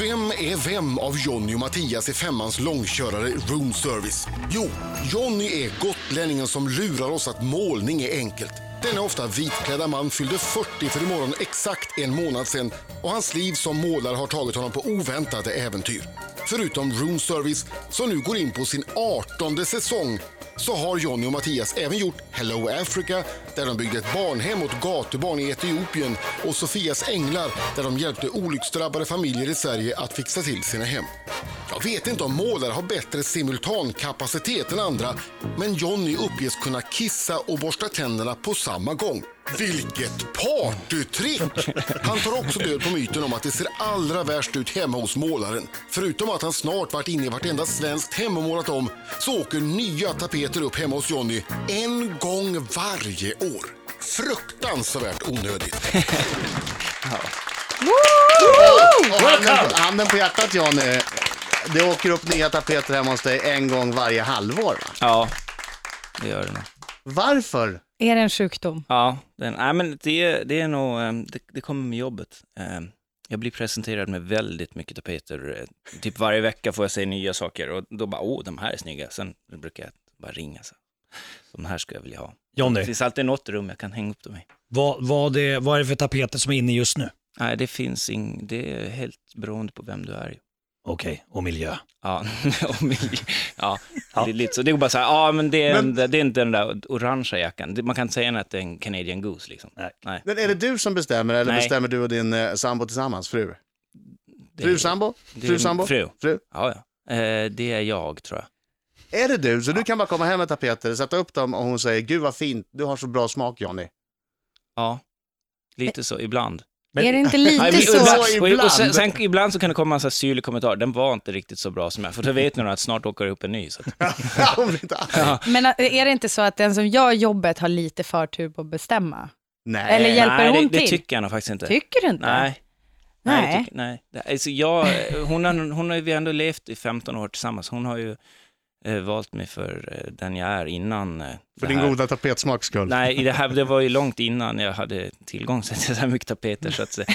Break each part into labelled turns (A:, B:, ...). A: Vem är vem av Jonny och Mattias i Femmans långkörare Room Service? Jo, Jonny är gotlänningen som lurar oss att målning är enkelt. Denna ofta vitklädda man fyllde 40 för imorgon exakt en månad sedan och hans liv som målare har tagit honom på oväntade äventyr. Förutom Room Service, som nu går in på sin 18 säsong, så har Jonny och Mattias även gjort Hello Africa där de byggde ett barnhem åt gatubarn i Etiopien och Sofias änglar där de hjälpte olycksdrabbade familjer i Sverige att fixa till sina hem. Jag vet inte om målare har bättre simultankapacitet än andra men Jonny uppges kunna kissa och borsta tänderna på samma gång. Vilket partytrick! Han tar också död på myten om att det ser allra värst ut hemma hos målaren. Förutom att han snart varit inne i vartenda svenskt hem och målat om så åker nya tapeter upp hemma hos Jonny en gång varje år. Fruktansvärt onödigt.
B: Och handen, handen på hjärtat Johnny. Det åker upp nya tapeter hemma hos dig en gång varje halvår. Va?
C: Ja, det gör det nog.
B: Varför?
D: Är det en sjukdom?
C: Ja, den, nej, men det, det är nog, ehm, det, det kommer med jobbet. Ehm, Jag blir presenterad med väldigt mycket tapeter. Eh, Typ varje vecka får jag se nya saker och då bara, åh, de här är snygga. Sen brukar jag bara ringa så. De här skulle jag vilja ha. Det
E: Jonny,
C: finns alltid något rum jag kan hänga upp dem i.
E: vad, vad, det, vad är det för tapeter som är inne just nu?
C: Nej, det finns ing, det är helt beroende på vem du är. ju.
E: Okej, och miljö.
C: Ja, om i- ja, det är lite så. Det är bara så här, ja men det är, en- det är inte den där orangea jackan. Det- Man kan inte säga att det är en Canadian Goose liksom.
E: Nej.
C: Nej.
B: Men är det du som bestämmer eller
C: Nej.
B: bestämmer du och din eh, sambo tillsammans? Fru?
C: Det
B: Fru sambo?
C: det är
B: Fru sambo?
C: Fru.
B: Fru?
C: Ja, ja. Eh, det är jag tror jag.
B: Är det du? Så du kan bara komma hem med tapeter, sätta upp dem och hon säger Gud vad fint, du har så bra smak Johnny.
C: Ja, lite så ibland.
E: Men-
D: är det inte
C: Nej,
D: lite
C: men
D: så?
C: ibland-
B: så
C: Och, och sen,
B: ibland.
C: sen, ibland så kan det komma en sån här syrlig kommentar, den var inte riktigt så bra som jag, för då vet ni nog att snart åker det upp en ny. Så att,
B: Hon blir inte arg.
D: Men ä, är det inte så att den som gör jobbet har lite förtur på att bestämma?
B: Nej.
D: Eller hjälper
C: Eh, nej, det,
D: hon
C: det
D: till?
C: tycker jag nog faktiskt inte.
D: Tycker du inte?
C: Nej. Nej.
D: Nej.
C: Nej. Tycker, nej. Det- Alltså jag, hon har, hon har ju, vi har ändå levt i 15 år tillsammans. Hon har ju eh, valt mig för eh, den jag är innan. Eh,
B: För
C: det
B: din
C: här.
B: goda tapetsmaks skull.
C: Nej, i det, här, det var ju långt innan jag hade tillgång till så här mycket tapeter. Så att, säga.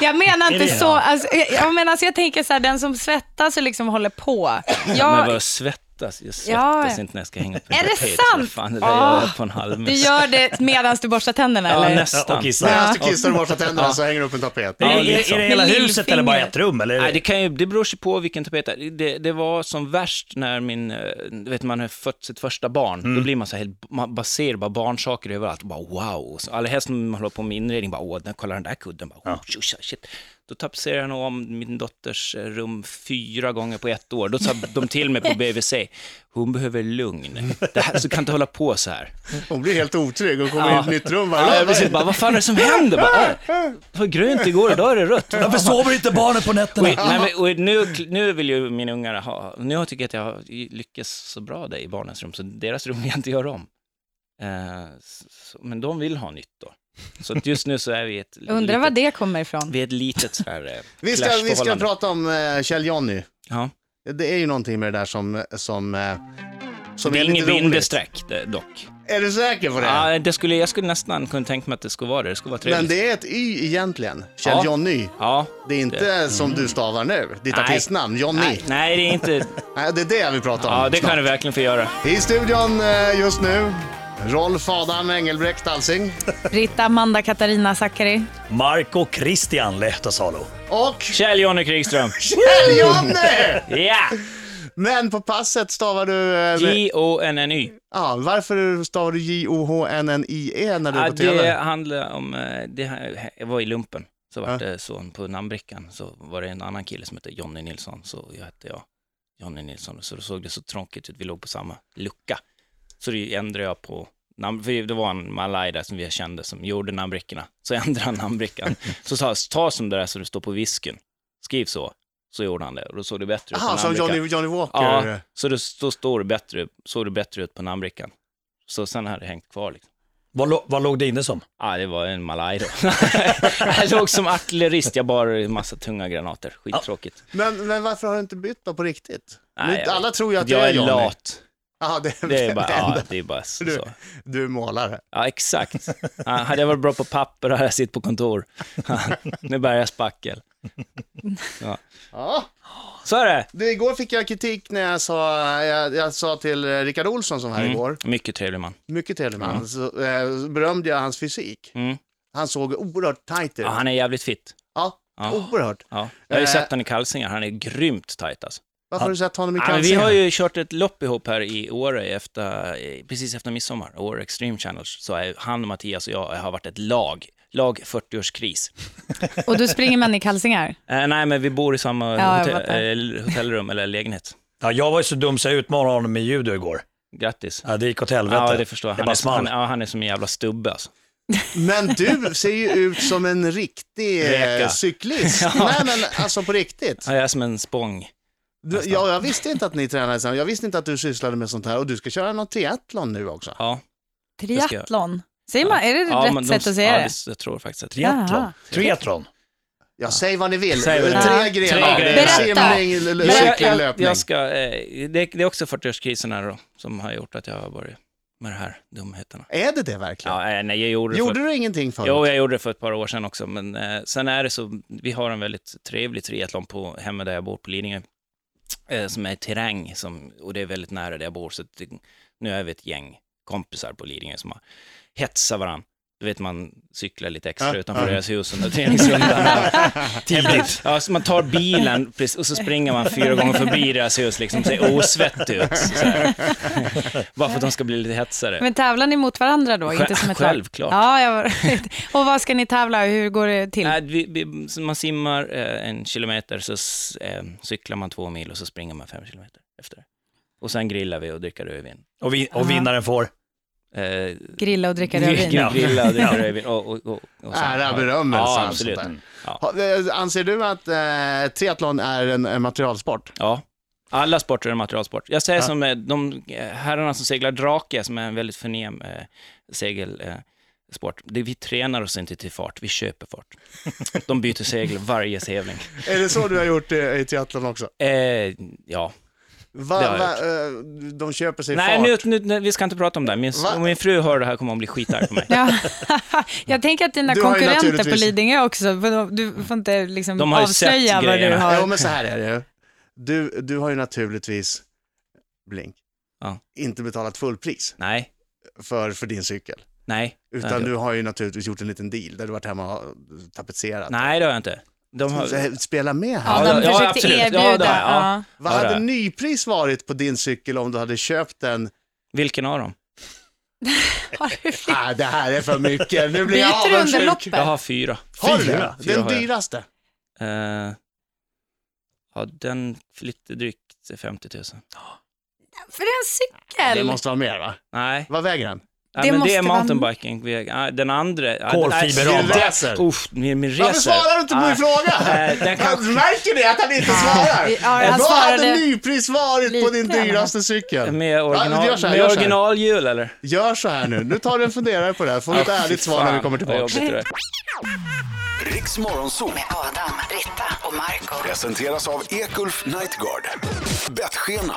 D: Jag menar
E: Är
D: inte
E: det
D: så.
E: det?
D: Alltså, jag, jag menar, alltså, jag tänker så här, den som svettas och liksom håller på.
C: Men
D: Jag,
C: vad jag svettas. Jag svettas
D: Ja, ja.
C: inte när jag ska hänga upp en
D: Är det
C: tapet.
D: sant?
C: Fan, det där gör jag
D: Åh,
C: på en halv
D: du
C: minut.
D: gör det medan du borstar tänderna
C: Ja,
D: eller?
C: nästan.
E: Och kissa.
B: Medan du kissar och borstar tänderna så hänger du upp en tapet.
E: Är, det-
C: lite
E: är,
C: så.
E: är det hela
D: Med
E: huset eller bara
D: lillfingret.
E: ett rum? Eller? är
C: liksom. Nej,
E: det-
C: det, kan ju, det beror sig på vilken tapet det är. Det, det var som värst när min, eh, du vet man har fött sitt första barn, då blir man så här helt, man bara ser bara barnsaker överallt, bara wow. Och så, Allra helst när man håller på med inredning, bara åh, den, kolla den där kudden, bara, oh, tjus, shit. Då tapetserar jag nog om min dotters eh, rum fyra gånger på ett år. Då sa de till mig på BVC, hon behöver lugn. Det här, så kan inte hålla på så här.
B: Hon blir helt otrygg och kommer
C: Ja.
B: in i ett nytt rum
C: Ja, jag
B: varje
C: precis, bara, vad fan är det som händer? Bara, "Åh, det var grönt igår, idag är det rött.
E: Varför sover inte barnen på nätterna?
C: Och, nej, men, och nu, nu vill ju mina ungar ha, nu tycker jag att jag har lyckats så bra där i barnens rum, så deras rum vill jag inte göra om. Eh, så, men de vill ha nytt då. Så att just nu så är vi ett
D: Undrar
C: litet,
D: var det kommer ifrån.
C: vi är ett litet så här eh,
B: Vi ska, vi ska
C: clashförhållande.
B: prata om eh, Kjell Jonny.
C: Ja.
B: Det är ju någonting med det där som... som eh, som
C: Det
B: är
C: är ingen
B: lite roligt.
C: bindestreck det- dock.
B: Är du säker på det?
C: Ja, det skulle, jag skulle nästan kunna tänka mig att det skulle vara det, det skulle vara trevligt.
B: Men det är ett Y egentligen. Kjell
C: Ja.
B: Jonny.
C: Ja.
B: Det är inte som du stavar nu, ditt
C: Nej.
B: artistnamn, Jonny.
C: Nej,
B: Nej.
C: nej, det är inte,
B: det är det vi pratar om.
C: ja det
B: snart.
C: kan du verkligen få göra.
B: I studion eh, just nu, Rolf Adam Engelbrekt Alsing
D: Britta, Amanda, Katarina, Zackari.
E: Marco Christian Lehtosalo.
B: och
C: Kjell Jonny Krigström.
B: Kjell Jonny!
C: Ja!
B: Men på passet stavar du... eh, med-
C: J-O-N-N-Y.
B: ja, varför stavar du J-O-H-N-N-I-E E när du är
C: Ja,
B: på TV?
C: det handlar om, eh, det här, jag var i lumpen, så var
B: Ja.
C: det så på namnbrickan, så var det en annan kille som hette Jonny Nilsson, så jag hette jag Jonny Nilsson, så då såg det så tråkigt ut, vi låg på samma lucka. Så det ändrade jag på namn, för det var en malaj där som vi kände som gjorde namnbrickorna, så jag ändrade han namnbrickan. Så sa han, ta som det där så det står på visken, skriv så, så gjorde han det, och då såg det bättre ut på
B: Aha, som
C: namnbrickan.
B: Johnny, Johnny Walker.
C: Ja, så då, då står det bättre, såg det bättre ut på namnbrickan. Så sen hade det hängt kvar liksom.
E: Vad, lå- vad låg det inne som?
C: Ja, det var en malaj då. jag låg som artillerist, jag bar en massa tunga granater. Skittråkigt.
B: Men, men varför har du inte bytt då på riktigt?
C: Nej,
B: nu,
C: jag vet
B: alla tror ju att
C: jag
B: det
C: är
B: Johnny.
C: lat.
B: Jaha, det,
C: Det är bara,
B: det enda.
C: ja, det är bara så.
B: Du, du är målare.
C: Ja, exakt. Ja, hade jag varit bra på papper hade jag suttit på kontor. nu bär jag spackel. Ja.
B: Ja.
C: Så är det.
B: Du, igår fick jag kritik när jag sa, jag, jag sa till eh, Rickard Olsson som var här
C: Mm.
B: igår,
C: Mycket trevlig man.
B: mycket trevlig man, så eh, så berömde jag hans fysik.
C: Mm.
B: Han såg oerhört tajt ut.
C: Ja, han är jävligt fit.
B: Ja,
C: Ja.
B: oerhört.
C: Ja. Jag har ju
B: Eh.
C: sett honom i kalsingar, han är grymt tajt alltså.
B: Varför har du sett honom i
C: Ja, men vi
B: kalsingar?
C: har ju kört ett lopp ihop här i Åre efter, eh, precis efter midsommar, Åre Extreme Challenge. Så är han, Mattias och jag har varit ett lag. Lag 40-årskris.
D: Och då springer man i kalsingar?
C: Eh, nej, men vi bor i samma
D: Ja, jag
C: hotell,
D: fattar.
C: eh, hotellrum eller lägenhet.
E: Ja, jag var ju så dum så jag utmanade honom med judo igår.
C: Grattis.
E: Ja, det gick åt helvete.
C: Ja, det förstår jag.
E: Det
C: Han,
E: bara
C: är, han,
E: small.
C: ja, han är som en jävla stubbe alltså.
B: Men du ser ju ut som en riktig eh,
C: Räka.
B: cyklist. Nej men alltså på riktigt.
C: Han är som en spång.
B: Du, jag, jag visste inte att ni tränade samman. jag visste inte att du sysslade med sånt här och du ska köra någon triathlon nu också.
C: Ja. ska jag-
D: Triathlon? Säger man, är det
C: ja, men
D: rätt
C: de-
D: sätt att säga
C: ja,
D: det?
C: Jag tror faktiskt att det
E: Triathlon.
D: Jaha.
E: Triathlon.
B: Ja, säg vad ni vill.
C: Säg vad ni
B: Tre
D: vill. Ja.
B: grenar.
C: Tre
B: Det är
D: grenar.
B: simning, l- l-
C: Men jag,
B: cykling,
C: jag,
B: löpning.
C: jag ska, eh, det, det är också 40-årskrisen här då, som har gjort att jag har varit med de här dumheterna.
B: Är det det verkligen?
C: Ja, eh, nej, jag gjorde det för
B: Gjorde du ingenting förut?
C: Jo, jag gjorde det för ett par år sedan också, men eh, sen är det så, vi har en väldigt trevlig triathlon på hemma där jag bor på Lidingö, eh, som är terräng, som, och det är väldigt nära där jag bor, så att, det- nu är vi ett gäng kompisar på Lidingö som har hetsat varandra. Du vet, man cyklar lite extra
B: Ja,
C: utanför
B: ja.
C: deras hus under träningsrundan. Tidigt. Ja, så man tar bilen precis, och så springer man fyra gånger förbi deras hus, liksom ser osvettig ut. Så här. Bara för att de ska bli lite hetsade.
D: Men tävlar ni mot varandra då? Inte som ett lag?
C: Självklart.
D: Ja, jag var... Och vad ska ni tävla? Hur går det till?
C: Nej, vi, vi, så man simmar eh, en kilometer, så s- eh, cyklar man två mil och så springer man fem kilometer efter det. Och sen grillar vi och dricker rödvin.
E: Och, vi, och vinnaren får?
C: Eh,
D: Grilla och dricka
C: gri-
D: rödvin?
C: gri- Grilla och dricka rödvin. Och, och, och, och sen-
B: Ära, berömmelse,
C: Ja,
B: allt
C: absolut. Mm.
B: sånt där.
C: Ja.
B: Ha, eh, Anser du att eh, triathlon är en, en materialsport?
C: ja. Alla sporter är en materialsport. Jag säger som eh, de herrarna som seglar drake, som är en väldigt förnem eh, segel... Eh, sport. Det, vi tränar oss inte till fart, vi köper fart. De byter segel varje tävling.
B: Är det så du har gjort eh, i triathlon också?
C: Eh, ja,
B: Va,
C: Det har jag
B: va, eh, de köper sig
C: Nej,
B: fart.
C: nu, nu, nu, vi ska inte prata om det. här. Min,
B: Va?
C: om min fru hör det här kommer hon bli skitarg på mig.
D: Ja. Jag tänker att dina
B: Du har ju
D: konkurrenter på
B: naturligtvis-
D: Lidingö också, för de- du får inte liksom
C: De har ju
D: avslöja
C: sett
D: vad du
C: grejerna.
D: har.
B: Jo, men så här är det. Du, du har ju naturligtvis, blink,
C: Ja.
B: inte betalat fullpris
C: Nej,
B: för, för din cykel.
C: nej. det har
B: Utan
C: jag
B: du
C: inte.
B: har ju naturligtvis gjort en liten deal där du varit hemma och tapetserat.
C: Nej, det har jag inte. De har...
B: Så, eh, Spela med här.
D: Ja,
C: Ja,
D: de
C: ja,
D: försökte
C: absolut. Ja,
D: erbjuda.
C: det har jag, ja.
D: ja.
B: Vad
C: Ja, det
B: hade
C: är.
B: nypris varit på din cykel om du hade köpt den?
C: Vilken av dem?
D: Har du fel?
B: Ah, det här är för mycket, nu blir jag
D: Byter du under
B: avundsjuk.
D: loppet?
C: Jag har fyra.
B: Har du
C: Fyra?
B: det?
C: Fyra
B: Den
C: har jag.
B: dyraste?
C: Eh, ja, den flyttade drygt 50 000.
D: För en cykel?
B: Det måste vara mer va?
C: Nej,
B: Vad väger den?
C: nej men
D: Det
C: det
D: måste
C: är
D: vara-
C: mountainbiking. Vi- nej, Den andra... ja,
E: Kolfiberram,
C: nej,
E: va?
C: det-
B: Racer.
C: Uff, min, min racer.
B: Varför svarar du inte på min
C: Nej,
B: fråga?
C: Ah. nej, Ah. den kan...
B: Han märker ni att han inte svarar?
D: Ja, han
B: Vad hade
D: svarade-
B: nypris varit på din
D: Lite,
B: dyraste cykel?
C: Med, original,
B: gör så här,
C: med
B: gör så här.
C: originalhjul eller?
B: Gör så här nu, nu tar du en funderare på det här, får du ett
C: Ah,
B: ärligt
C: fy
B: svar när vi
C: fan,
B: kommer
C: vad
B: tillbaka.
C: jobbigt det där.
F: Riks Morgonzoo
G: Med Adam, Britta och Marco.
F: presenteras av Ekulf Nightguard. Bettskena.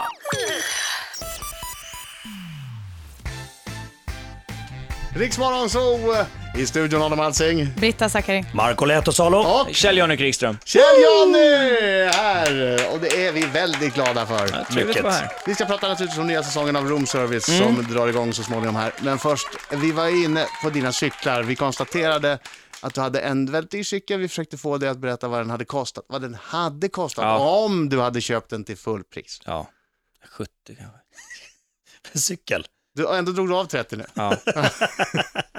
B: Riksmorgon så eh, i studion Adam Alsing.
D: Britta Zackari.
E: Marco Lehtosalo.
B: Ja.
C: Kjell-Janne Krigström.
B: Kjell-Jonny här! Och det är vi väldigt glada för.
C: Trevligt att vara här.
B: Vi ska prata naturligtvis om nya säsongen av Room Service som drar igång så småningom här. Men först, vi var inne på dina cyklar. Vi konstaterade att du hade en väldigt dyr cykel. Vi försökte få dig att berätta vad den hade kostat. Vad den hade kostat
C: Ja.
B: om du hade köpt den till fullpris.
C: Ja, 70 kanske.
E: Cykel.
B: Du, och ändå drog du av 30 nu.
C: Ja.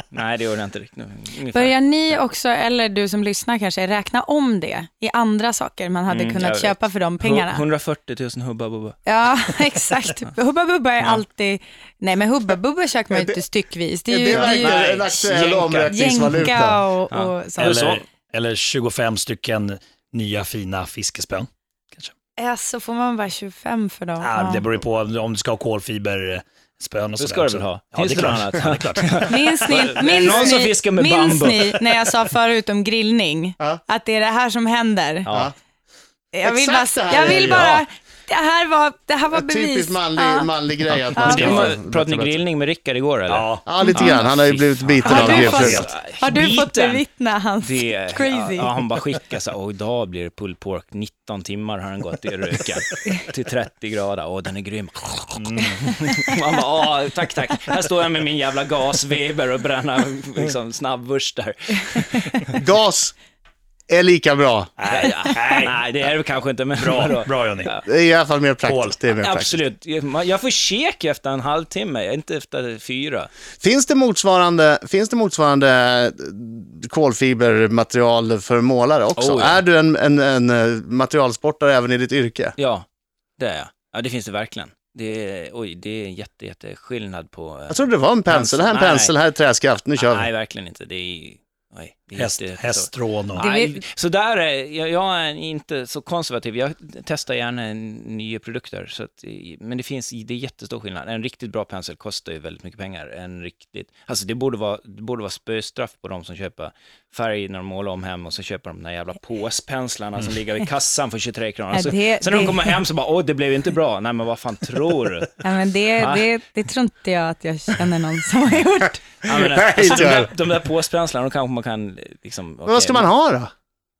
C: Nej, det gjorde jag inte riktigt. nu. Ungefär.
D: Börjar ni också, eller du som lyssnar kanske, räkna om det i andra saker man hade
C: Mm, jag
D: kunnat
C: vet.
D: köpa för de pengarna?
C: Hu- 140 000 hubba bubba.
D: Ja, exakt. Hubba Bubba är alltid... Nej, men Hubba Bubba köper man ju inte styckvis. Det är ju,
B: Det
D: det
B: verkar
D: är
B: en aktuell
C: Jänka.
D: ju
B: omräkningsvaluta.
D: jänka och,
C: Ja.
D: och sånt.
E: Eller, eller 25 stycken nya fina fiskespön. Kanske.
D: Ja, Eh, så får man bara 25 för dem.
E: Ah,
D: Ja.
E: det beror ju på om du ska ha kolfiberspön och
C: Det
E: sådär
C: ska du
E: också.
C: väl ha?
E: Ja, det är
C: Finns det
E: klart.
C: något
E: Ja, det är klart.
D: Minns ni,
C: det
D: minns
C: någon som
D: ni,
C: fiskar med
D: minns
C: bambu?
D: ni när jag sa förut om grillning,
B: Ja.
D: att det är det här som händer?
C: Ja.
D: Jag vill
B: Exakt
D: bara,
B: så här
D: jag
B: är
D: vill
E: det.
D: bara
E: Ja.
D: det här var, det här var bevis.
B: Typiskt manlig,
D: Ja.
B: manlig grej att man
D: Ja.
B: ska
D: Det
B: få
C: Pratade ni
B: bättre-
C: grillning med Rickard igår eller?
E: Ja.
B: Ja, lite grann. Han har ju blivit biten av
D: Har du,
B: GFS.
D: fått, har du fått
C: Biten.
D: bevittna hans
C: Det,
D: crazy?
C: Ja, han bara skickar så här, och idag blir det pulled pork, 19 timmar har den gått i röka till 30 grader, och den är grym.
E: Mm.
C: Man bara, "Åh, tack, tack. Här står jag med min jävla gasweber och bränner liksom, snabbvurstar.
B: Gas är lika bra.
C: Nej, ja, nej, det är det kanske inte, men
E: Bra,
C: vadå?
E: bra Johnny.
B: Det är i alla fall mer praktiskt. Det är mer praktiskt.
C: Absolut. Jag jag får käk efter en halvtimme, inte efter fyra.
B: Finns det motsvarande, finns det motsvarande eh, kolfibermaterial för målare också?
C: Oh, ja.
B: Är du en, en, en eh, materialsportare även i ditt yrke?
C: Ja, det är jag. Ja, det finns det verkligen. Det är, oj, det är en jätte, jätte skillnad på... eh,
B: Jag trodde det var en pensel. Här är en
C: Nej.
B: pensel, här är träskaft. Nu kör
C: Nej,
B: vi.
C: verkligen inte. Det är, oj, det är
E: Häst,
C: jätte- så-
E: hästrån och...
C: Nej, så där är, jag, jag är inte så konservativ. Jag testar gärna en- nya produkter. Så att, eh, men det finns, det är jättestor skillnad. En riktigt bra pensel kostar ju väldigt mycket pengar. En riktigt, alltså det borde vara, det borde vara spöstraff på de som köper färg när de målar om hem och så köper de de där jävla påspenslarna som ligger i kassan för 23 kronor.
D: Mm. Ja,
C: Så,
D: det-
C: sen när de
D: det-
C: kommer hem så bara, åh, det blev inte bra. Nej, men vad fan tror du?
D: Ja, men det,
C: Ah.
D: det, det tror inte jag att jag känner någon som har gjort.
C: Ja, men,
B: Nej,
C: alltså, de,
B: inte jag.
C: där, de där påspenslarna, de kanske man kan eh, liksom...
B: Men
C: okej,
B: vad ska man ha då?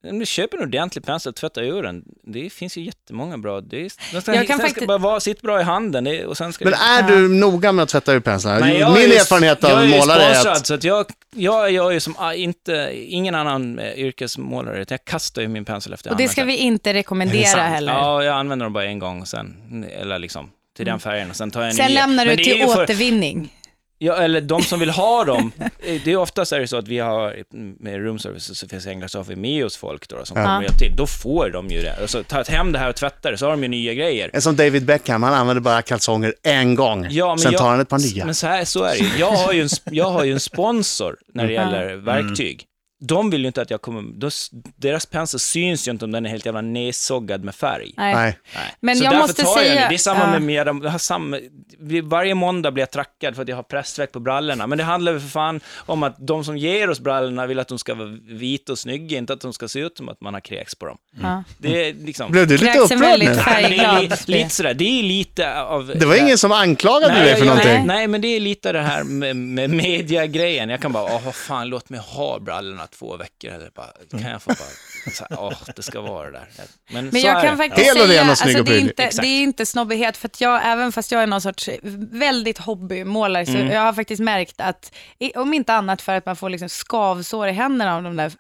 C: Men du köper en ordentlig pensel, tvätta ur den. Det finns ju jättemånga bra. Det är, den ska,
D: Jag kan
C: den ska
D: faktiskt-
C: bara vara, sitta bra i handen det, och sen ska
B: Men
C: det...
B: är du noga med att tvätta ur penslarna? Min
C: ju-
B: erfarenhet av
C: Jag
B: målare
C: är ju
B: är
C: sponsrad,
B: att...
C: så att jag, jag gör ju som ah, inte, ingen annan eh, yrkesmålare, utan jag kastar ju min pensel efter
D: Och det
C: använt
D: ska
C: den.
D: vi inte rekommendera heller.
C: Ja, jag använder dem bara en gång sen, eller liksom till den färgen och sen tar jag en
D: Mm. Sen
C: ny.
D: lämnar du
C: Men det är
D: till
C: ju för-
D: återvinning.
C: Ja, eller de som vill ha dem. Eh, Det är oftast är det så att vi har med roomservice så finns änglar så har vi med oss folk då, som kommer och hjälper till. Då får de ju det. Alltså, ta hem det här och tvätta det, så har de ju nya grejer.
B: En som David Beckham, han använder bara kalsonger en gång. Sen tar
C: jag-
B: han ett par nya.
C: Men så, här, så är det ju. Jag har ju en, sp- jag har ju en sponsor när det gäller
B: Mm.
C: verktyg. De vill ju inte att jag kommer... då s- Deras pensel syns ju inte om den är helt jävla nedsoggad med färg.
D: Nej.
B: Nej.
C: Nej.
D: Men
C: så
D: jag
C: därför
D: måste
C: tar jag
D: säga-
C: det. Det är samma
D: ja.
C: med med de, jag har samma, vi- varje måndag blir jag trackad för att jag har pressveck på brallorna. Men det handlar väl för fan om att de som ger oss brallorna vill att de ska vara vita och snygga, inte att de ska se ut som att man har kräks på dem.
D: Ja.
C: Det
D: Mm.
C: är liksom...
B: Blev du lite
D: Kräks en
B: upprörd
D: väldigt
B: nu?
C: Nej, men det är
D: färgglad.
C: li- lite sådär, det är lite av...
B: Det var ingen som anklagade dig
C: jag-
B: för någonting.
C: Nej, nej, men det är lite det här med, med media-grejen. Jag kan bara, åh, vad fan, låt mig ha brallorna två veckor. Eller bara, kan jag få bara, så här, åh, det ska vara det där. Men,
D: Men
C: så är
D: jag
C: det.
D: kan faktiskt
B: Hel och
D: säga,
B: ren och
D: alltså,
B: snygg och
D: det, är
B: prydlig.
D: inte,
C: Exakt.
D: det är inte snobbighet, för att jag, även fast jag är någon sorts väldigt hobbymålare,
B: Mm.
D: så jag har faktiskt märkt att, i- om inte annat för att man får liksom skavsår i händerna av de där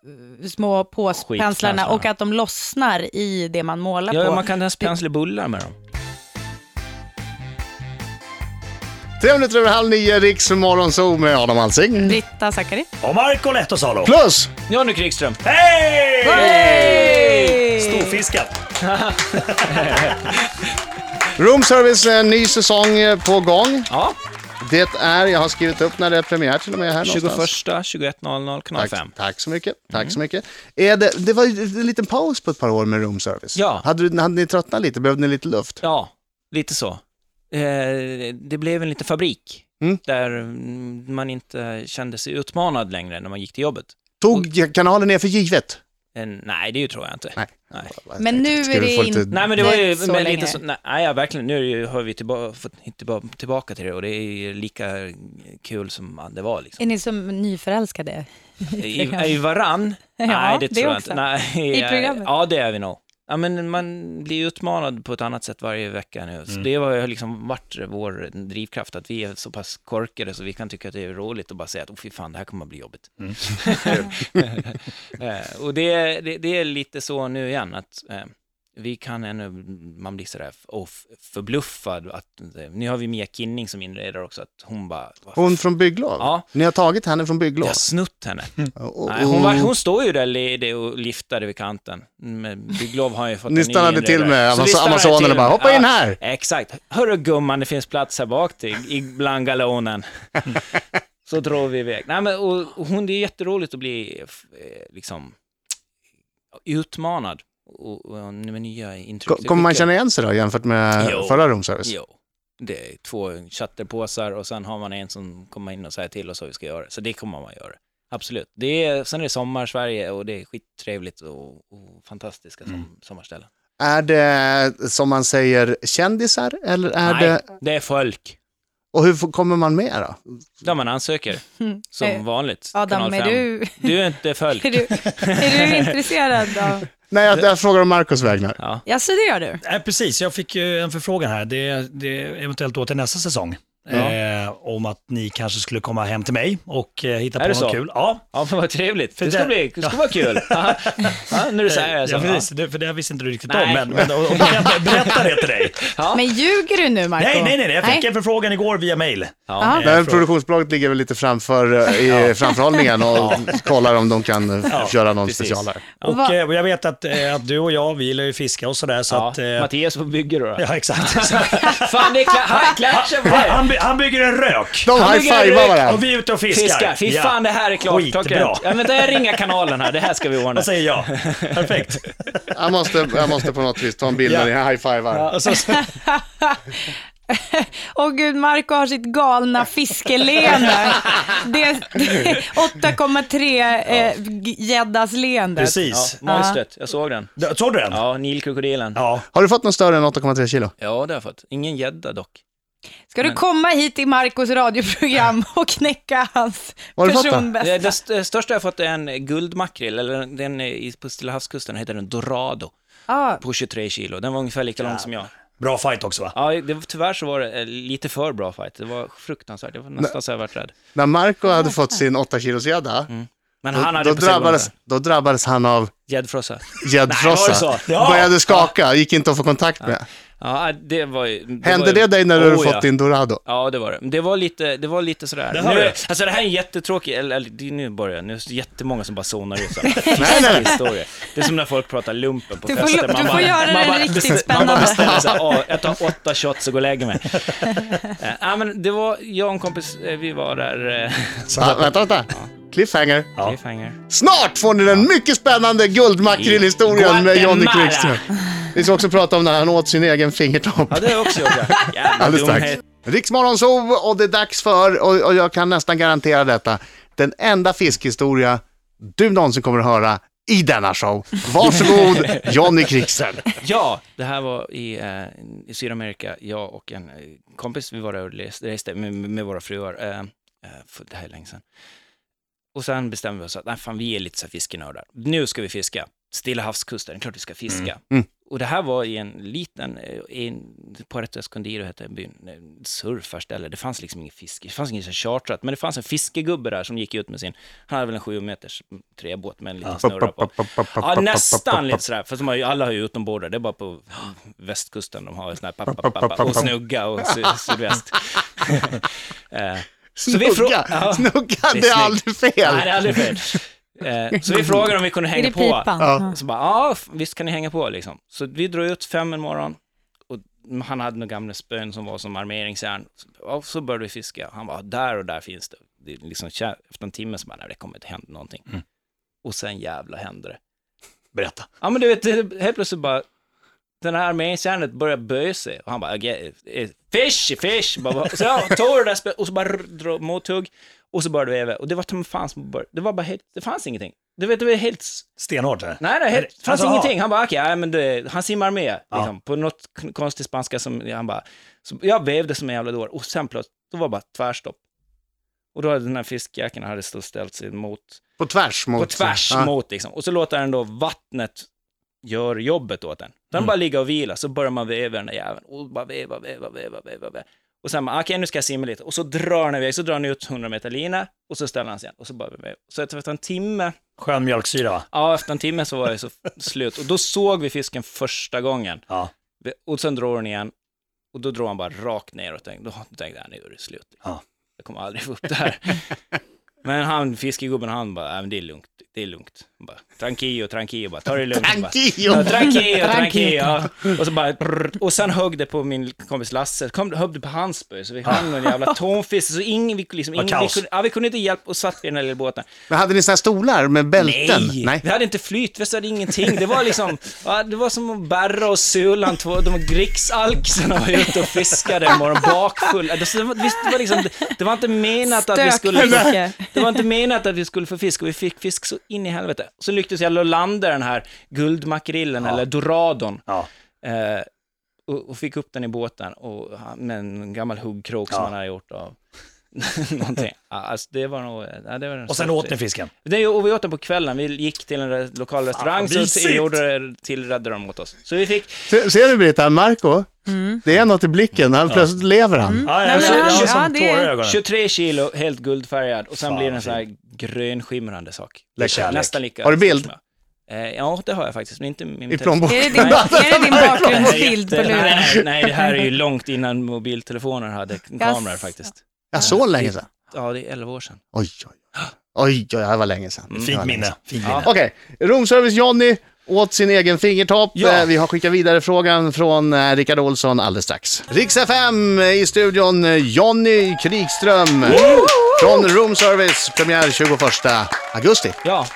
D: eh, små påspenslarna
C: Skitpenslarna.
D: och att de lossnar i det man målar
C: Ja,
D: på.
C: man kan ens pensla bullar med dem.
B: Tre minuter över halv nio, Riks morgonzoo med Adam Alsing.
D: Britta Zackari.
E: Och Marco Lehtosalo.
B: Plus!
C: Jonny Krigström.
E: Hej!
D: Hey!
E: Storfiskat.
B: Room Service, en ny säsong eh, på gång.
C: Ja,
B: Det är, jag har skrivit upp när det är premiär till och med här
C: 21,
B: någonstans.
C: 21.00, kanal
B: Tack,
C: 5.
B: tack så mycket. Tack
C: Mm.
B: så mycket. Är det, det var ju en liten paus på ett par år med Room Service.
C: Ja.
B: Hade, du- hade ni tröttnat lite? Behövde ni lite luft?
C: Ja, lite så. Eh, det blev en liten fabrik
B: Mm.
C: där mm, man inte kände sig utmanad längre när man gick till jobbet. Mm.
B: Tog kanalen ner för givet?
C: Eh, nej, det ju tror jag inte.
B: Nej.
C: Nej.
D: Men nu
B: Ska
D: är
B: vi
D: det
B: få lite-
D: inte
C: Nej, men det var ju
D: så
C: men
D: länge.
C: lite så, nej, nej, ja, verkligen. Nu är det ju, har vi tillba, fått tillba, tillbaka till det och det är ju lika kul som det var. Liksom.
D: Är ni som nyförälskade?
C: I, I varann?
D: Ja,
C: nej, det
D: det
C: tror jag
D: också.
C: inte. Nej,
D: I programmet.
C: Ja, det är vi nog. Ja, men man blir utmanad på ett annat sätt varje vecka nu. Så Det har ju liksom varit vår drivkraft, att vi är så pass korkade så vi kan tycka att det är roligt och bara säga att oh, fy fan, det här kommer att bli jobbigt. Eh, och det, det, det är lite så nu igen, att eh, vi kan ännu, man blir sådär f- och f- förbluffad. Att, eh, nu har vi Mia Kinning som inredare också, att hon bara... vad
B: Hon från bygglov?
C: Ja.
B: Ni har tagit henne från
C: jag
B: bygglov?
C: har snott henne.
B: Oh,
C: Nej, hon, var, hon står ju där ledig och liftade vid kanten. Men bygglov har ju fått en
B: Ni
C: ny
B: stannade till
C: inredare.
B: med
C: Så vi
B: Amaz-
C: stannade
B: Amazonerna
C: till
B: bara,
C: med-
B: hoppa
C: ja,
B: in här!
C: Exakt. Hörru gumman, det finns plats här bak till, i- bland galonen. Så drar vi iväg. Nej, men, och, och hon, det är jätteroligt att bli f- eh, liksom, utmanad och, och, med nya intryck.
B: Ko- Kommer man känna igen sig då jämfört med
C: Jo.
B: förra Room Service?
C: Jo. Det är två chatterpåsar och sen har man en som kommer in och säger till oss hur vi ska göra. Så det kommer man göra. Absolut.
E: Mm.
C: Det är, sen är det sommar i Sverige och det är skittrevligt och, och fantastiska som, sommarställen.
B: Är det, som man säger, kändisar eller är
C: Nej,
B: det...
C: det är folk.
B: Och hur får- kommer man med då?
C: Där man ansöker,
D: Eh,
C: som vanligt.
D: Adam,
C: Kanal
D: är
C: fem.
D: du,
C: Du är inte folk.
D: är du, är du intresserad av...
B: Nej, jag, jag frågar om Marcos vägnar.
C: Ja.
D: Ja, så det gör du.
E: Nej, Eh, precis. Jag fick ju en förfrågan här. Det, det är eventuellt då till nästa säsong. Eh, om att ni kanske skulle komma hem till mig och eh, hitta
C: Är det
E: på något
C: så?
E: kul. Ja,
C: ja, men vad trevligt. Det
E: det-
C: ska, bli, det ska vara kul. Ja, nu när du säger det. Så,
E: eh, ja, precis. Det, för det här visste inte du riktigt
C: Nej.
E: om. Men, men och, och, berätta, berätta det till dig.
C: Ja.
D: Men ljuger du nu, Marco?
E: Nej, nej, nej. Jag fick en förfrågan igår via mail.
D: Ja.
B: Men
E: fråga.
B: produktionsbolaget ligger väl lite framför eh, i framförhållningen och kollar om de kan eh, köra någon
C: precis.
B: specialare.
E: Och
D: Va-
E: eh, och jag vet att, eh, att du och jag, vi gillar ju fiska och sådär. Så
C: Ja,
E: att, eh,
C: Mattias på bygger då.
E: ja, exakt. Så,
C: Fan, det är kla- han klatschar på
E: han,
C: det.
E: han by- han bygger en rök.
B: De
C: Han ligger
B: high-fivar
C: direkt-
E: Och
B: varandra.
E: vi är ute och fiskar.
C: Fiskar. Fy
E: Ja.
C: fan, det här är klart.
E: Skitbra.
C: Klockrent. Ja, men där ringer kanalen här. Det här ska vi ordna.
E: Jag säger ja. Perfekt.
B: Jag måste, jag måste på något vis ta en bild när ni high-fivar.
E: Och så,
D: Åh gud, Marco har sitt galna fiskeleende. Det är 8,3 eh, g- gäddas leende.
E: precis.
C: Monstret, jag såg den.
E: Ja. Såg du den?
C: Ja, Nilkrokodilen. Ja.
E: Ja.
B: Har du fått något större än 8,3 kilo?
C: det har jag fått. Ingen gädda dock.
D: Ska du komma hit till Marcos radioprogram och knäcka hans
B: Vad har du fått då?
C: Det,
D: personbästa?
C: det st- största jag fått är en guldmakrill, eller den är i- på Stilla havskusten heter den Dorado,
D: Ja,
C: på 23 kilo. Den var ungefär lika lång som jag.
E: Bra fight också va?
C: Ja, det, var- tyvärr så var det eh, lite för bra fight. Det var fruktansvärt. Det var nästan så jag vart rädd.
B: När Marco hade fått sin 8 kilos gädda,
C: Mm. Men han
B: då,
C: hade
B: då,
C: precis
B: drabbades-
C: vunnit.
B: då drabbades han av
C: Gäddfrossa. Nej, var
B: gäddfrossa.
C: det så?
E: Ja.
B: Började skaka, gick inte att få kontakt med.
C: Ja, det var ju... det var
B: Hände
C: ju-
B: det dig när du hade
C: Oh,
B: fått
C: ja.
B: din Dorado?
C: Ja, det var det. Men Det var lite, det var lite sådär.
E: Det hör
C: nu,
E: jag.
C: alltså det här är en jättetråkig, eller, eller det är nu börjar jag, nu är det jättemånga som bara zonar ut sådana
B: nej, nej.
C: historier. Det är som när folk pratar lumpen på
D: Du får
C: fester.
D: lo- du får göra det riktigt
C: beställer- Man
D: spännande.
C: bara beställer såhär, "Åh, jag tar åtta shots och går och lägger mig. Eh, Ja, men det var, jag och en kompis, eh, vi var där, eh,
B: Va, vänta, vänta. Cliffhanger.
E: Ja.
C: cliffhanger.
B: Snart får ni den mycket spännande guldmakrillhistorien med Johnny
C: Guatemala.
B: Quickström. Vi ska också prata om när han åt sin egen fingertopp.
C: Ja, det har jag också gjort. ja. Jävla
B: Alldeles strax.
C: dumhet.
B: Riksmorgonzoo och det är dags för, och, och jag kan nästan garantera detta, den enda fiskhistoria du någonsin kommer att höra i denna show. Varsågod, Johnny Kricksen.
C: Ja, det här var i, eh, i Sydamerika. Jag och en eh, kompis, vi var där och les- reste med, med våra fruar. Eh, eh, för det här är länge sedan. Och sen bestämde vi oss att nej, fan, vi är lite så här fiskenördar. Nu ska vi fiska. Stilla havskusten, det är klart vi ska fiska. Och det här var i en liten, eh, i en, Puerto Escondido hette byn, eh, surfarställe. Det fanns liksom ingen fiske, det fanns inget så här chartrat, men det fanns en fiskegubbe där som gick ut med sin, han hade väl en sju meters träbåt med en liten snurra på. Ja, nästan lite sådär. För de har ju, alla har ju utombordare. Det är bara på västkusten de har sån här papp, papp, papp, och snugga och sy- sydväst. Eh, så vi frå-
B: Snugga,
C: Ja.
B: snugga, det
C: snyggt.
B: är aldrig fel.
C: Nej, det är aldrig fel. Eh, Så vi frågade om vi kunde
D: är
C: hänga
D: det
C: på.
D: pipan?
B: Ja.
C: Så bara, ja, f- visst kan ni hänga på liksom. Så vi drog ut fem en morgon och han hade några gamla spön som var som armeringsjärn. Så, ja, så började vi fiska. Han bara, där och där finns det. det är liksom, kä- efter en timme så bara, nej, det kommer inte hända någonting.
B: Mm.
C: Och sen jävla hände det.
E: Berätta.
C: Ja men du vet, det- helt plötsligt bara, den här armeringsjärnet börjar böja sig och han bara, okay, fish, fish, bara, bara- så jag tog det där spelet och så bara rr, dra mothugg och så började vi veva och det var ta mig fan som bör- det var bara helt, det fanns ingenting. Du vet, det var helt, s-
E: Stenhårt här.
C: nej nej, helt, det fanns
E: Alltså,
C: ingenting. Han bara, okej, nej, men det, han simmar med, liksom, på något k- konstig spanska som, han bara, så jag vevde som en jävla dår och sen plötsligt, då var det bara tvärstopp. Och då hade den här fiskjäkeln hade stått ställt sig mot
B: På tvärs mot.
C: på tvärs
B: Ja.
C: mot liksom. Och så låter den då vattnet gör jobbet åt den.
B: Mm.
C: Den bara ligger och vilar, så börjar man veva den där jäveln. Och bara veva, veva, veva, veva, veva. Och sen bara, okej nu ska jag simma lite. Och så drar den iväg, så drar den ut 100 meter lina och så ställer han sig igen. Och så bara veva. Så efter en timme,
E: Skön mjölksyra va?
C: ja efter en timme så var jag så slut. Och då såg vi fisken första gången.
E: Ja.
C: Och sen drar den igen. Och då drar han bara rakt ner och tänkte, då tänkte jag, nu är det slut.
E: Ja.
C: Jag kommer aldrig få upp det här. men han, fiskegubben, han bara, "Nej, men det är lugnt, det är lugnt. Han bara, tranquillo, tranquillo, bara, ta det lugnt.
B: Tranquillo.
C: Bara, Ja, tranquillo, tranquillo. Och så bara, prrrt. och sen högg det på min kompis Lasse, kom, högg det på hans spö, så vi hann någon jävla tonfisk, så ingen, vi, liksom,
E: Vad
C: ingen, vi,
E: kaos.
C: kunde, ja, vi kunde inte hjälpa, och satt vi i den här lilla båten.
B: Men hade ni sådana här stolar med bälten?
C: Nej, vi hade inte flytväst, vi hade ingenting. Det var liksom, ja, det var som att Berra och Sulan, två, de var riksalkisarna var ute och fiskade en morgon bakfulla. Det, det, var- visst, det, var liksom, det var inte menat att vi skulle...
D: Stökfiske.
C: Det var inte menat att vi skulle få fisk och vi fick fisk så in i helvete. Så lyckades jag landa den här guldmakrillen eller doradon
E: Ja.
C: eh, och, och fick upp den i båten och, han- med en gammal huggkrok som
E: Ja.
C: han hade gjort av någonting. Ja, alltså det var nog... Ja, det var en
E: Och sen
C: sorts-
E: åt ni fisken.
C: det, och vi åt den på kvällen, vi gick till en re- lokal restaurang,
E: vad
C: så
E: mysigt!
C: t- gjorde, tillredde de åt oss. Så vi fick,
B: Se- Ser du Britta, Marco? Det är något i blicken, han plötsligt lever han.
E: Ja,
D: Nej,
E: jag
D: men
E: ser- jag
D: han-
E: har
D: ja,
E: som
D: det-
E: tårar i ögonen.
C: 23 kilo helt guldfärgad och sen
E: Fan,
C: blir det en sån här grönskimrande sak.
E: Det är kärlek.
C: Nästan lika.
B: Har du bild?
C: som jag. Eh, ja, det har jag faktiskt, men inte min
B: I
C: telefon.
B: plånboken.
D: Är det din, är det din bakgrundsbild på
C: Nej,
D: luren?
C: nej, nej, det här är ju långt innan mobiltelefoner hade kameror faktiskt.
B: Ja, så länge sedan?
C: Ja, det är 11 år sedan.
B: Oj, oj, oj. Oj, oj, det här var länge sedan. Det var
E: Mm. Fint
B: länge
E: minne.
B: sedan.
E: Fint
C: Ja.
E: minne.
B: Okej, Romservice Johnny åt sin egen fingertopp.
C: Ja.
B: Eh, Vi har skickat vidare frågan från eh, Rickard Olsson alldeles strax. Riks FM i studion, eh, Johnny Krigström. Från Roomservice, premiär 21 augusti.
C: Ja,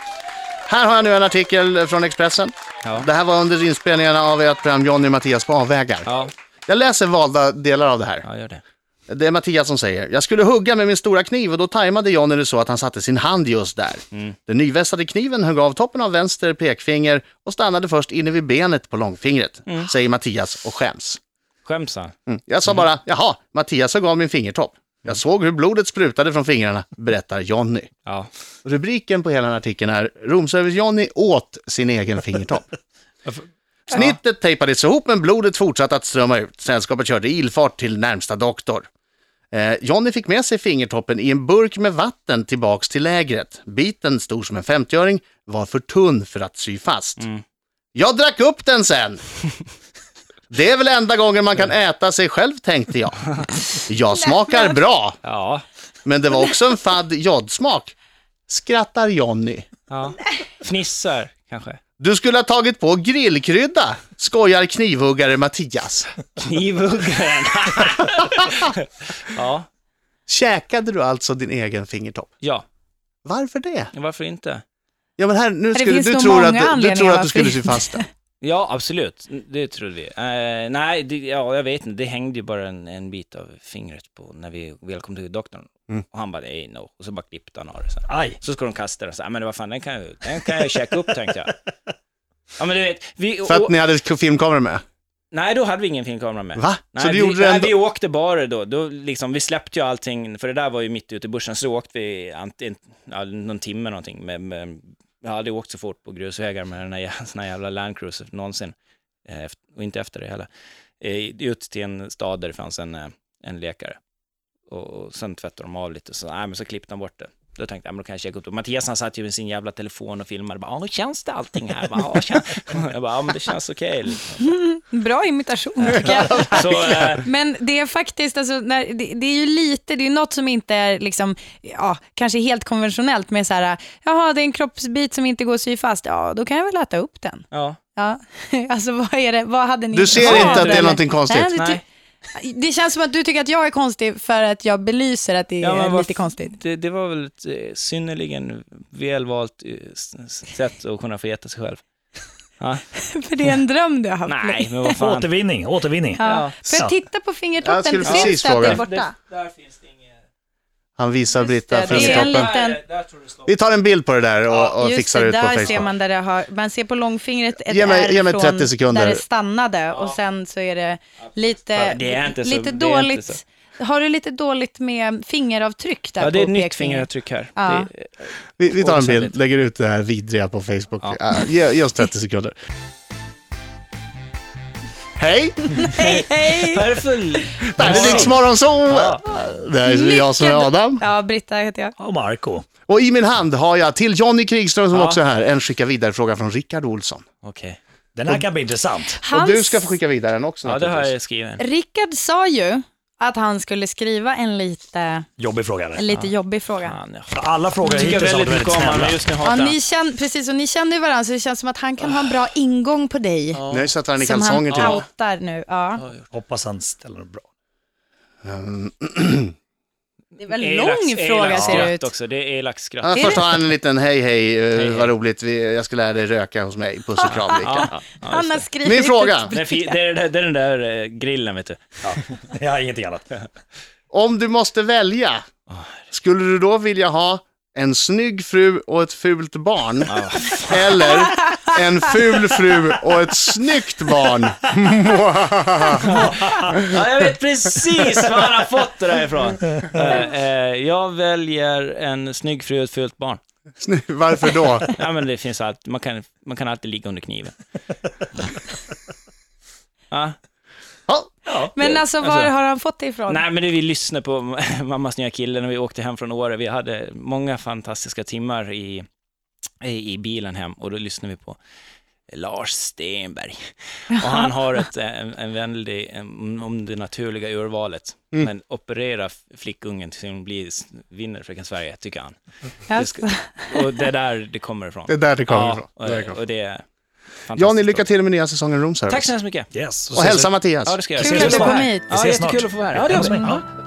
B: Här har jag nu en artikel från Expressen.
C: Ja.
B: Det här var under inspelningarna av ert program Johnny och Mattias på avvägar.
C: ja,
B: Jag läser valda delar av det här.
C: ja, gör det.
B: Det är Mattias som säger. Jag skulle hugga med min stora kniv och då tajmade Johnny det så att han satte sin hand just där. Den nyvässade kniven högg av toppen av vänster pekfinger och stannade först inne vid benet på långfingret, säger Mattias och skäms.
C: Skäms han?
B: Mm. Jag sa bara, jaha, Mattias högg av min fingertopp. Jag såg hur blodet sprutade från fingrarna, berättar Johnny.
C: Ja.
B: Rubriken på hela den här artikeln är Romservice Johnny åt sin egen fingertopp. Snittet tejpades ihop men blodet fortsatte att strömma ut. Sällskapet körde ilfart till närmsta doktor. Eh, Johnny fick med sig fingertoppen i en burk med vatten tillbaks till lägret. Biten, stor som en 50-öring, var för tunn för att sy fast. Jag drack upp den sen! Det är väl enda gången man kan äta sig själv, tänkte jag. Jag smakar bra,
C: Ja.
B: men det var också en fadd jodsmak. Skrattar Johnny.
C: ja. Fnissar, kanske.
B: Du skulle ha tagit på grillkrydda, skojar knivhuggare Mattias.
C: Knivhuggaren. ja,
B: Käkade du alltså din egen fingertopp?
C: ja.
B: Varför det?
C: Varför inte?
B: Ja men här, nu skulle,
D: finns
B: du,
D: nog
B: tror
D: många
B: att du, du
D: anledningar
B: tror att du
D: varför
B: skulle sy
D: inte.
B: fast den.
C: Ja, absolut. Det trodde vi. Eh, nej, det, ja, jag vet inte. Det hängde ju bara en, en bit av fingret på när vi väl kom till doktorn.
B: Mm.
C: Och han bara, nej, no. Och så bara klippte han av det. Så, här.
E: Aj.
C: så ska de kasta den. Så, här, men vad fan, den kan, jag- den kan jag ju käka upp, tänkte jag. Ja, men du vet. Vi,
B: För att
C: och,
B: ni hade filmkamera med?
C: Nej, då hade vi ingen filmkamera med.
B: Va?
C: Nej,
B: Så du
C: vi,
B: gjorde det
C: nej,
B: ändå-
C: vi åkte bara då. då liksom, vi släppte ju allting, för det där var ju mitt ute i bushen, så åkte vi antingen, ja, någon timme någonting. Med, med, jag har aldrig åkt så fort på grusvägar med den här, jä- sån här jävla Landcruiser någonsin. Eh, eft- och inte efter det heller. Eh, ut till en stad där det fanns en, eh, en lekare. Och, och sen tvättade de av lite, så, nej, men så klippte de bort det. Då tänkte jag, men då kan jag checka upp det. Mattias han satt ju med sin jävla telefon och filmade. Bara, "Ja, känns det allting här? Bara, "Ja, känns-" jag bara, ja men det känns okej. liksom.
D: Bra imitation tycker jag.
C: Så, eh,
D: Men det är faktiskt, alltså, när, det, det är ju lite, det är ju något som inte är liksom, ja, kanske helt konventionellt med så här, jaha det är en kroppsbit som inte går att sy fast, ja då kan jag väl äta upp den.
C: ja.
D: Ja. Alltså vad är det, vad hade ni
B: Du ser
D: vad
B: inte att
D: hade
B: det är
D: ni?
B: någonting konstigt?
D: Nej, du ty- Det känns som att du tycker att jag är konstig för att jag belyser att det
C: Ja, men
D: är
C: vad-
D: lite konstigt.
C: Det, det var väl ett eh, synnerligen välvalt eh, s- s- sätt att kunna få äta sig själv. Ja.
D: För det är en dröm du har haft.
C: Nej, men vad fan.
E: Återvinning, återvinning.
D: Ja. För
E: Sant.
D: jag titta på
B: Jag
D: fingertoppen,
B: skulle precis
D: syns det att det är
B: fråga.
D: borta?
C: där finns det inget...
B: Han visar Britta
D: det, det är en
B: fingertoppen.
D: liten- Där-
C: tror du
B: Vi tar en bild på det där och, och
D: Just
B: fixar
D: det,
B: ut på
D: där ser
B: Facebook.
D: man där det har, man ser på långfingret ett
B: Ge mig-
D: ärr
B: ge mig 30
D: från
B: sekunder.
D: där det stannade och sen så är det lite,
C: Det är inte så- det
D: lite
C: är inte
D: dåligt, har du lite dåligt med fingeravtryck där
C: Ja, det är
D: på
C: ett nytt
D: pekfingret?
C: fingeravtryck här.
D: Ja.
C: Det, är-
B: Vi, vi tar en bild,
C: Otroligt.
B: lägger ut det här vidriga på Facebook. Ja. Ge, ge oss 30 sekunder. Hej!
C: Perfekt!
B: Det här är Riks Morgonzoo! Det här är jag som är
D: Mycket-
B: Adam.
D: Ja, Britta heter jag.
E: Och Marco.
B: Och i min hand har jag till Johnny Krigström som
C: Ja.
B: också är här, en skicka vidare-fråga från Rickard Olsson.
C: Okej.
E: Den här kan bli intressant.
B: Och
D: Hans,
B: du ska få skicka vidare den också
C: Ja, det har
B: naturligtvis.
C: jag skrivit.
D: Rickard sa ju att han skulle skriva en lite,
E: Jobbig fråga. eller?
D: en lite jobbig fråga.
C: Fan, jag
E: Alla frågor
C: tycker
E: hittills har varit
C: väldigt mycket
E: väldigt
C: om honom,
E: snälla.
C: men just nu
D: Ja,
C: hatar jag
D: ni känner, precis, och ni känner ju varandra så det känns som att han kan ha en bra ingång på dig.
B: Nu sätter han i
D: Som han
B: kalsonger till dig.
D: outar nu. Ja.
E: Hoppas han ställer den bra.
D: Det är väl
C: honom.
D: lång
C: Elaks-
D: fråga
C: elakt
D: ser det
C: skratt
D: ut.
C: också, det är elakt skratt.
B: Ja,
D: Är
B: först
D: det-
B: har han en liten hej hej, eh,
C: Hej, hej.
B: vad roligt, vi, jag ska lära dig röka hos mig. Puss och kram Rickard.
C: Ja, ja, just
D: Han har
C: det.
D: skrivit
B: Min fråga,
D: ett-
C: Det är fi- det är, det är den där eh, grillen, vet du.
E: Ja, ingenting annat.
B: om du måste välja, skulle du då vilja ha en snygg fru och ett fult barn. Eller en ful fru och ett snyggt barn.
C: Ja, jag vet precis var han har fått det där ifrån. Eh, eh, jag väljer en snygg fru och ett fult barn.
B: Sny- Varför då?
C: Ja, men det finns allt. Man kan, man kan alltid ligga under kniven. Ja.
B: Ja,
D: Men alltså, var har han fått det ifrån?
C: Nej, men det vi lyssnade på Mammas nya kille när vi åkte hem från Åre. Vi hade många fantastiska timmar i, i, i bilen hem och då lyssnade vi på Lars Stenberg. Och han har ett, eh, en, en vänlig, en, om det naturliga urvalet,
B: Mm.
C: men operera f- flickungen tills hon blir, s- vinner Fröken Sverige, tycker han. Det
D: Alltså,
C: ska- och det är där det kommer ifrån.
B: det är där det kommer
C: ja,
B: ifrån.
C: och,
B: Där det kommer.
C: och det är fantastiskt
B: Johnny, lycka
C: bra.
B: till med nya säsongen Room Service.
C: Tack så hemskt mycket.
E: Yes.
B: Och hälsa
E: man.
B: Mattias.
C: Ja, det ska jag.
D: Kul
E: att du
C: att
E: kom
C: vara här.
D: hit.
E: Vi
C: Ja,
E: ses snart.
C: jättekul att få vara här. Ja, det gör vi.
E: Ja.